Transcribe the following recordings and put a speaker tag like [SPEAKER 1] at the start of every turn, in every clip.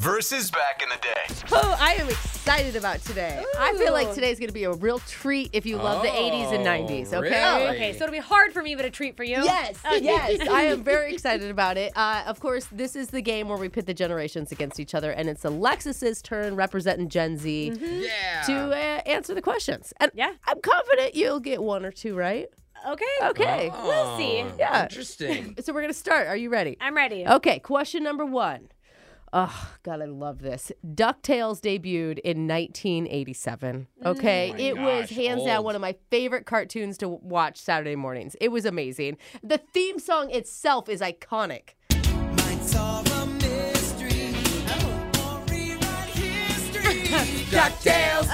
[SPEAKER 1] versus back in the day.
[SPEAKER 2] Oh, I am excited about today. I feel like today's going to be a real treat if you love the 80s and 90s, okay?
[SPEAKER 3] Okay, so it'll be hard for me, but a treat for you.
[SPEAKER 2] Yes, yes, I am very excited about it. Uh, of course, this is the game where we pit the generations against each other, and it's Alexis's turn representing Gen Z to uh, answer the questions. And
[SPEAKER 3] Mm-hmm. Yeah.
[SPEAKER 2] I'm confident you'll get one or two right.
[SPEAKER 3] Okay.
[SPEAKER 2] Okay.
[SPEAKER 3] We'll see.
[SPEAKER 2] Yeah.
[SPEAKER 4] Interesting.
[SPEAKER 2] So we're going to start. Are you ready?
[SPEAKER 3] I'm ready.
[SPEAKER 2] Okay, question number one. Oh, God, I love this. DuckTales debuted in 1987.
[SPEAKER 3] Oh
[SPEAKER 2] Okay. it was
[SPEAKER 4] gosh,
[SPEAKER 2] hands down
[SPEAKER 4] old.
[SPEAKER 2] one of my favorite cartoons to watch Saturday mornings. It was amazing. The theme song itself is iconic.
[SPEAKER 4] DuckTales.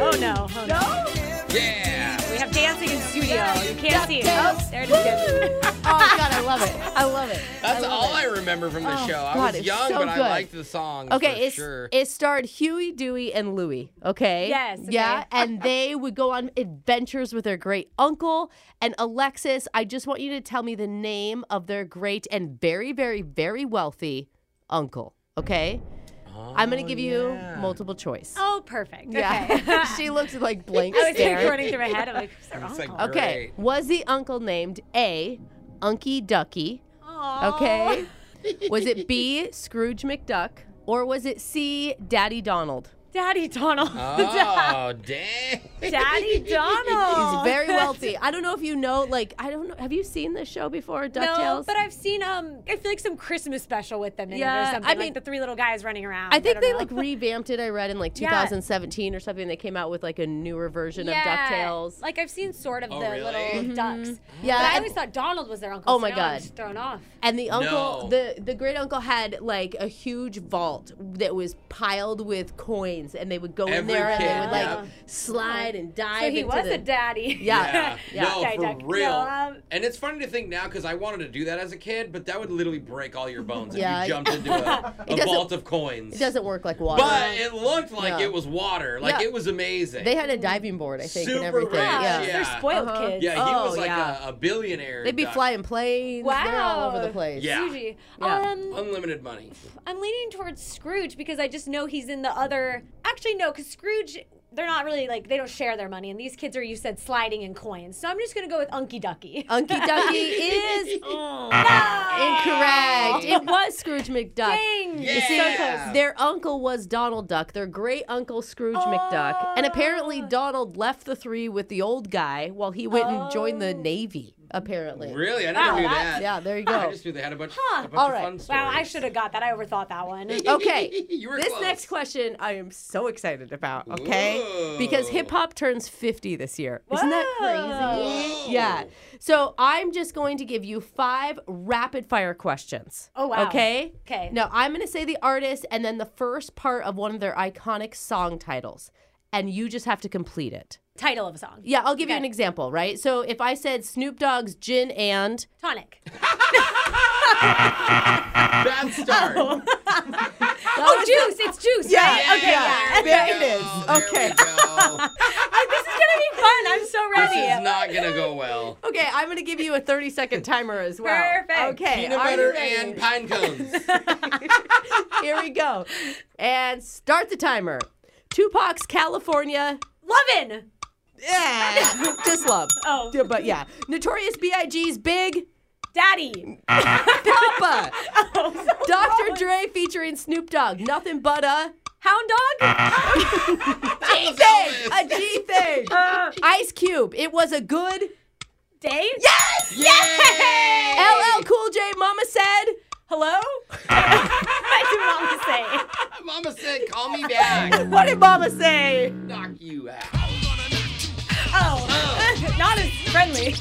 [SPEAKER 3] Oh no. Oh, no.
[SPEAKER 4] Yeah.
[SPEAKER 3] We have dancing in studio. You can't see it. Oh, there it is.
[SPEAKER 2] Oh, God, I love it. I love it.
[SPEAKER 4] That's
[SPEAKER 2] love
[SPEAKER 4] all
[SPEAKER 2] it. Oh,
[SPEAKER 4] I remember from the show. I
[SPEAKER 2] God,
[SPEAKER 4] was
[SPEAKER 2] it's
[SPEAKER 4] young,
[SPEAKER 2] so
[SPEAKER 4] but
[SPEAKER 2] good.
[SPEAKER 4] I liked the song.
[SPEAKER 2] Okay,
[SPEAKER 4] for
[SPEAKER 2] it's,
[SPEAKER 4] sure.
[SPEAKER 2] it starred Huey, Dewey, and Louie. Okay.
[SPEAKER 3] Yes,
[SPEAKER 2] Yeah,
[SPEAKER 3] okay.
[SPEAKER 2] and they would go on adventures with their great uncle and Alexis. I just want you to tell me the name of their great and very, very, very wealthy uncle. Okay. I'm
[SPEAKER 4] Oh,
[SPEAKER 2] gonna give you multiple choice.
[SPEAKER 3] Oh, perfect. Okay.
[SPEAKER 2] Yeah. she looks like blank
[SPEAKER 3] I was like
[SPEAKER 2] stare.
[SPEAKER 3] running through my head. I'm like, who's
[SPEAKER 4] It's
[SPEAKER 3] wrong?
[SPEAKER 4] like
[SPEAKER 2] Okay.
[SPEAKER 4] great.
[SPEAKER 2] Was the uncle named A. Unky Ducky? Okay. was it B. Scrooge McDuck? Or was it C. Daddy Donald?
[SPEAKER 3] Daddy Donald.
[SPEAKER 4] Oh, dang.
[SPEAKER 3] Daddy Donald.
[SPEAKER 2] He's very wealthy. I don't know if you know, like, I don't know. Have you seen this show before, DuckTales?
[SPEAKER 3] No, but I've seen um, I feel like some Christmas special with them in it
[SPEAKER 2] Yeah,
[SPEAKER 3] or something.
[SPEAKER 2] I
[SPEAKER 3] I mean,
[SPEAKER 2] mean-
[SPEAKER 3] like the three little guys running around.
[SPEAKER 2] I think
[SPEAKER 3] don't
[SPEAKER 2] they
[SPEAKER 3] know.
[SPEAKER 2] like revamped it. I read in like
[SPEAKER 3] Yeah.
[SPEAKER 2] 2017 or something. They came out with like a newer version
[SPEAKER 3] yeah.
[SPEAKER 2] of DuckTales. Mm-hmm.
[SPEAKER 3] Like I've seen sort of
[SPEAKER 4] Oh,
[SPEAKER 3] the
[SPEAKER 4] really?
[SPEAKER 3] little ducks.
[SPEAKER 2] Yeah,
[SPEAKER 3] But I
[SPEAKER 2] and-
[SPEAKER 3] always thought Donald was their uncle.
[SPEAKER 2] Oh
[SPEAKER 3] so
[SPEAKER 2] my
[SPEAKER 3] now I'm
[SPEAKER 2] God.
[SPEAKER 3] just thrown off.
[SPEAKER 2] and the uncle,
[SPEAKER 4] No.
[SPEAKER 2] the the great uncle had like a huge vault that was piled with coins, and they would go in
[SPEAKER 4] Every
[SPEAKER 2] there and they
[SPEAKER 4] kid,
[SPEAKER 2] would like
[SPEAKER 4] yeah.
[SPEAKER 2] slide and dive.
[SPEAKER 3] So he
[SPEAKER 2] into
[SPEAKER 3] was
[SPEAKER 2] the-
[SPEAKER 3] a daddy.
[SPEAKER 2] Yeah. Yeah.
[SPEAKER 4] No,
[SPEAKER 3] Sorry,
[SPEAKER 4] for
[SPEAKER 3] Doug.
[SPEAKER 4] real.
[SPEAKER 3] No, um,
[SPEAKER 4] and it's funny to think now because I wanted to do that as a kid, but that would literally break all your bones
[SPEAKER 2] Yeah,
[SPEAKER 4] if you jumped into a, a
[SPEAKER 2] doesn't-
[SPEAKER 4] vault of coins.
[SPEAKER 2] It doesn't work like water.
[SPEAKER 4] but it looked like
[SPEAKER 2] Yeah.
[SPEAKER 4] it was water. Like
[SPEAKER 2] Yeah.
[SPEAKER 4] it was amazing.
[SPEAKER 2] they had a diving board, I think, and
[SPEAKER 4] Super
[SPEAKER 2] everything.
[SPEAKER 4] rich,
[SPEAKER 2] Yeah.
[SPEAKER 4] yeah.
[SPEAKER 3] They're spoiled kids.
[SPEAKER 4] yeah, he
[SPEAKER 2] Oh,
[SPEAKER 4] was like
[SPEAKER 2] yeah.
[SPEAKER 4] a, a billionaire.
[SPEAKER 2] They'd be
[SPEAKER 4] duck.
[SPEAKER 2] flying planes. They're all over the
[SPEAKER 3] Wow.
[SPEAKER 2] place.
[SPEAKER 4] Yeah.
[SPEAKER 3] Suji.
[SPEAKER 2] Yeah.
[SPEAKER 3] Um,
[SPEAKER 4] Unlimited money.
[SPEAKER 3] I'm leaning towards Scrooge because I just know he's in the other. Actually, no, because Scrooge, they're not really like they don't share their money, and these kids are you said sliding in coins. So I'm just gonna go with Unky Ducky. Ah!
[SPEAKER 2] Unky Dunky is
[SPEAKER 3] No!
[SPEAKER 2] Incorrect. It was Scrooge McDuck.
[SPEAKER 3] Dang.
[SPEAKER 2] You see,
[SPEAKER 4] Yeah.
[SPEAKER 2] their uncle was Donald Duck, their great uncle Scrooge McDuck. And apparently, Donald left the three with the old guy while he went and joined the Navy. apparently.
[SPEAKER 4] Really? I never
[SPEAKER 2] Wow,
[SPEAKER 4] knew
[SPEAKER 2] that-
[SPEAKER 4] that.
[SPEAKER 2] yeah, there you go.
[SPEAKER 4] I just knew they had a bunch, a bunch
[SPEAKER 2] All
[SPEAKER 4] of
[SPEAKER 2] right.
[SPEAKER 4] fun stories.
[SPEAKER 3] Wow, I should have got that. I overthought that one.
[SPEAKER 2] Okay.
[SPEAKER 4] You were
[SPEAKER 5] this
[SPEAKER 4] close.
[SPEAKER 5] next question I am so excited about, okay?
[SPEAKER 2] Because
[SPEAKER 5] hip
[SPEAKER 2] hip hop turns 50 this year. Isn't that crazy? Yeah. So I'm just going to give you five rapid fire questions.
[SPEAKER 3] Oh, wow.
[SPEAKER 2] Okay?
[SPEAKER 3] Okay.
[SPEAKER 2] Now I'm going to say the artist and then the first part of one of their iconic song titles. And you just have to complete it.
[SPEAKER 3] Title of a song.
[SPEAKER 2] Yeah, I'll give you an example, right? So if I said Snoop Dogg's Gin and
[SPEAKER 3] Tonic.
[SPEAKER 4] Bad start.
[SPEAKER 3] Oh, Oh, juice. It's juice.
[SPEAKER 5] Yeah,
[SPEAKER 3] right? Okay. Yeah.
[SPEAKER 5] yeah, there it is. Okay.
[SPEAKER 3] I- this is gonna be fun. I'm so
[SPEAKER 4] This
[SPEAKER 3] ready.
[SPEAKER 4] is not gonna go well.
[SPEAKER 2] Okay, I'm going to give you a 30 second timer as well.
[SPEAKER 3] Perfect.
[SPEAKER 2] Okay.
[SPEAKER 4] Peanut
[SPEAKER 2] are you
[SPEAKER 4] butter
[SPEAKER 2] ready?
[SPEAKER 4] and pine cones.
[SPEAKER 2] Here we go. And start the timer. Tupac's California.
[SPEAKER 3] Lovin'.
[SPEAKER 2] Yeah. Just love.
[SPEAKER 3] Oh.
[SPEAKER 2] Yeah, But yeah. Notorious B.I.G.'s Big
[SPEAKER 3] Daddy.
[SPEAKER 2] Papa.
[SPEAKER 3] Oh, so
[SPEAKER 2] Dr.
[SPEAKER 3] wrong.
[SPEAKER 2] Dre featuring Snoop Dogg. Nothing but a
[SPEAKER 3] Hound dog.
[SPEAKER 2] G thing. A G thing.
[SPEAKER 3] Uh.
[SPEAKER 2] Ice Cube. It was a good.
[SPEAKER 3] Day. Yes. Yes.
[SPEAKER 2] LL Cool J. Mama said.
[SPEAKER 3] Hello. I do want
[SPEAKER 4] Mama
[SPEAKER 3] to say.
[SPEAKER 4] said, "Call me back."
[SPEAKER 2] What did Mama say?
[SPEAKER 4] Knock you out.
[SPEAKER 3] Oh, not as friendly.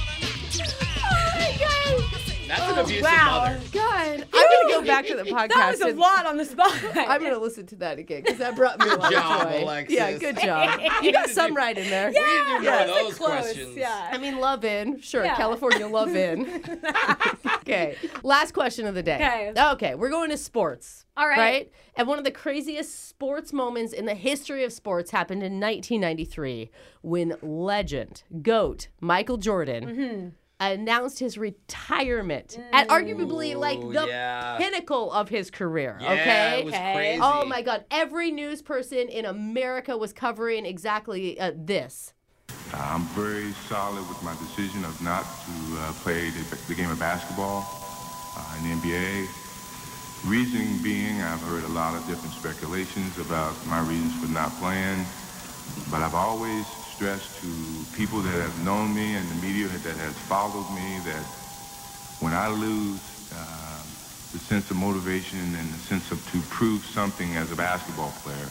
[SPEAKER 3] oh my god.
[SPEAKER 4] That's
[SPEAKER 2] Oh,
[SPEAKER 4] an abusive
[SPEAKER 3] wow.
[SPEAKER 4] mother.
[SPEAKER 2] God. I'm going to go back to the podcast.
[SPEAKER 3] That was a
[SPEAKER 2] and-
[SPEAKER 3] lot on the spot.
[SPEAKER 2] I'm going to listen to that again because that brought me a lot
[SPEAKER 4] job,
[SPEAKER 2] of joy.
[SPEAKER 4] Alexis.
[SPEAKER 2] Yeah, good job. You got some right in there.
[SPEAKER 4] We need to do more of those
[SPEAKER 3] Close,
[SPEAKER 4] questions.
[SPEAKER 2] I
[SPEAKER 3] Yeah.
[SPEAKER 2] mean, love in. Sure,
[SPEAKER 3] Yeah.
[SPEAKER 2] California love in. okay. Last question of the day.
[SPEAKER 3] Okay.
[SPEAKER 2] Okay, we're going to sports.
[SPEAKER 3] All right.
[SPEAKER 2] Right? And one of the craziest sports moments in the history of sports happened in 1993 when legend, GOAT, Michael Jordan,
[SPEAKER 3] Mm-hmm.
[SPEAKER 2] announced his retirement at
[SPEAKER 3] Mm.
[SPEAKER 2] arguably like
[SPEAKER 4] Ooh,
[SPEAKER 2] the
[SPEAKER 4] yeah.
[SPEAKER 2] pinnacle of his career.
[SPEAKER 4] Yeah,
[SPEAKER 2] okay.
[SPEAKER 4] it was
[SPEAKER 3] Okay.
[SPEAKER 4] crazy.
[SPEAKER 2] Oh my God. Every news person in America was covering exactly uh, this.
[SPEAKER 6] I'm very solid with my decision of not to uh, play the, the game of basketball uh, in the NBA. Reason being, I've heard a lot of different speculations about my reasons for not playing, but I've always stressed to people that have known me and the media that has followed me that when I lose uh, the sense of motivation and the sense of to prove something as a basketball player,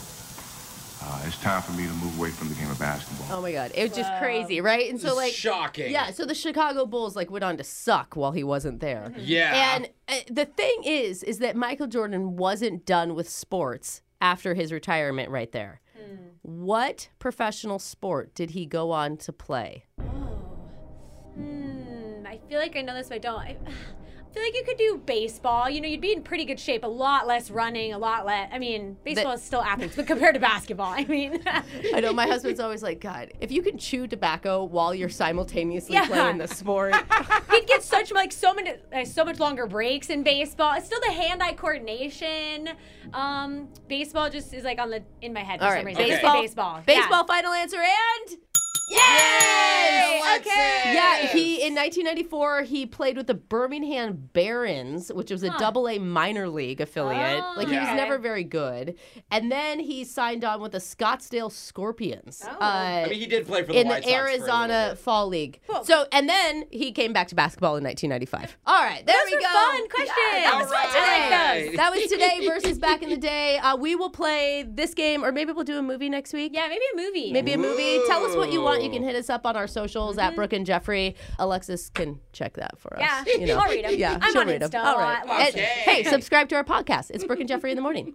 [SPEAKER 6] uh, it's time for me to move away from the game of basketball.
[SPEAKER 2] Oh my God. It was just crazy, right? And so, like,
[SPEAKER 4] Shocking.
[SPEAKER 2] Yeah, so the Chicago Bulls like went on to suck while he wasn't there.
[SPEAKER 4] Yeah.
[SPEAKER 2] And uh, the thing is is that Michael Jordan wasn't done with sports after his retirement right there. What professional sport did he go on to play?
[SPEAKER 3] Hmm, I feel like I know this, but I don't. I, I feel like you could do baseball. You know, you'd be in pretty good shape. A lot less running. A lot less. I mean, baseball is still athletes, but compared to basketball, I mean.
[SPEAKER 2] I know my husband's always like, God, if you can chew tobacco while you're simultaneously
[SPEAKER 3] Yeah.
[SPEAKER 2] playing the sport.
[SPEAKER 3] He'd get such like so many uh, so much longer breaks in baseball. It's still the hand-eye coordination. Um, baseball just is like on the in my head for
[SPEAKER 2] All
[SPEAKER 3] some
[SPEAKER 2] right,
[SPEAKER 3] reason.
[SPEAKER 4] baseball.
[SPEAKER 3] Okay. baseball, Yeah.
[SPEAKER 2] Baseball final answer and
[SPEAKER 3] Yay! Okay.
[SPEAKER 2] Yeah, he in 1994 he played with the Birmingham Barons, which was a double A minor league affiliate.
[SPEAKER 3] Oh,
[SPEAKER 2] like he was
[SPEAKER 4] okay.
[SPEAKER 2] never very good. And then he signed on with the Scottsdale Scorpions.
[SPEAKER 3] Oh.
[SPEAKER 2] uh,
[SPEAKER 4] I mean, he did play for the
[SPEAKER 2] in
[SPEAKER 4] White
[SPEAKER 2] the
[SPEAKER 4] Sox for a little
[SPEAKER 2] Arizona
[SPEAKER 4] bit.
[SPEAKER 2] Fall League.
[SPEAKER 3] Cool.
[SPEAKER 2] So, and then he came back to basketball in 1995. All right, there
[SPEAKER 3] Those
[SPEAKER 2] we
[SPEAKER 3] were
[SPEAKER 2] go.
[SPEAKER 3] fun questions.
[SPEAKER 2] Yeah,
[SPEAKER 3] Those were
[SPEAKER 2] right.
[SPEAKER 3] today.
[SPEAKER 2] That was today versus back in the day. Uh, we will play this game, or maybe we'll do a movie next week.
[SPEAKER 3] Yeah, maybe a movie. Mm-hmm.
[SPEAKER 2] Maybe a movie. Tell us what you want. You
[SPEAKER 4] Ooh.
[SPEAKER 2] can hit us up on our socials at Brooke and Jeffrey. Alexis can check that for us.
[SPEAKER 3] Yeah,
[SPEAKER 2] you know.
[SPEAKER 3] I'll read 'em.
[SPEAKER 2] Yeah,
[SPEAKER 3] I'm
[SPEAKER 2] she'll
[SPEAKER 3] on
[SPEAKER 2] read 'em.
[SPEAKER 3] Insta
[SPEAKER 2] All right.
[SPEAKER 3] a lot.
[SPEAKER 2] And- hey, subscribe to our podcast. It's Brooke and Jeffrey in the morning.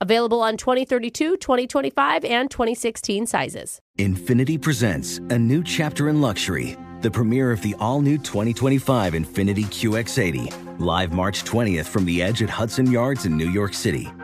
[SPEAKER 2] Available on 2032, 2025, and 2016 sizes.
[SPEAKER 7] Infinity presents a new chapter in luxury, the premiere of the all-new 2025 Infinity QX80, live March 20th from the Edge at Hudson Yards in New York City,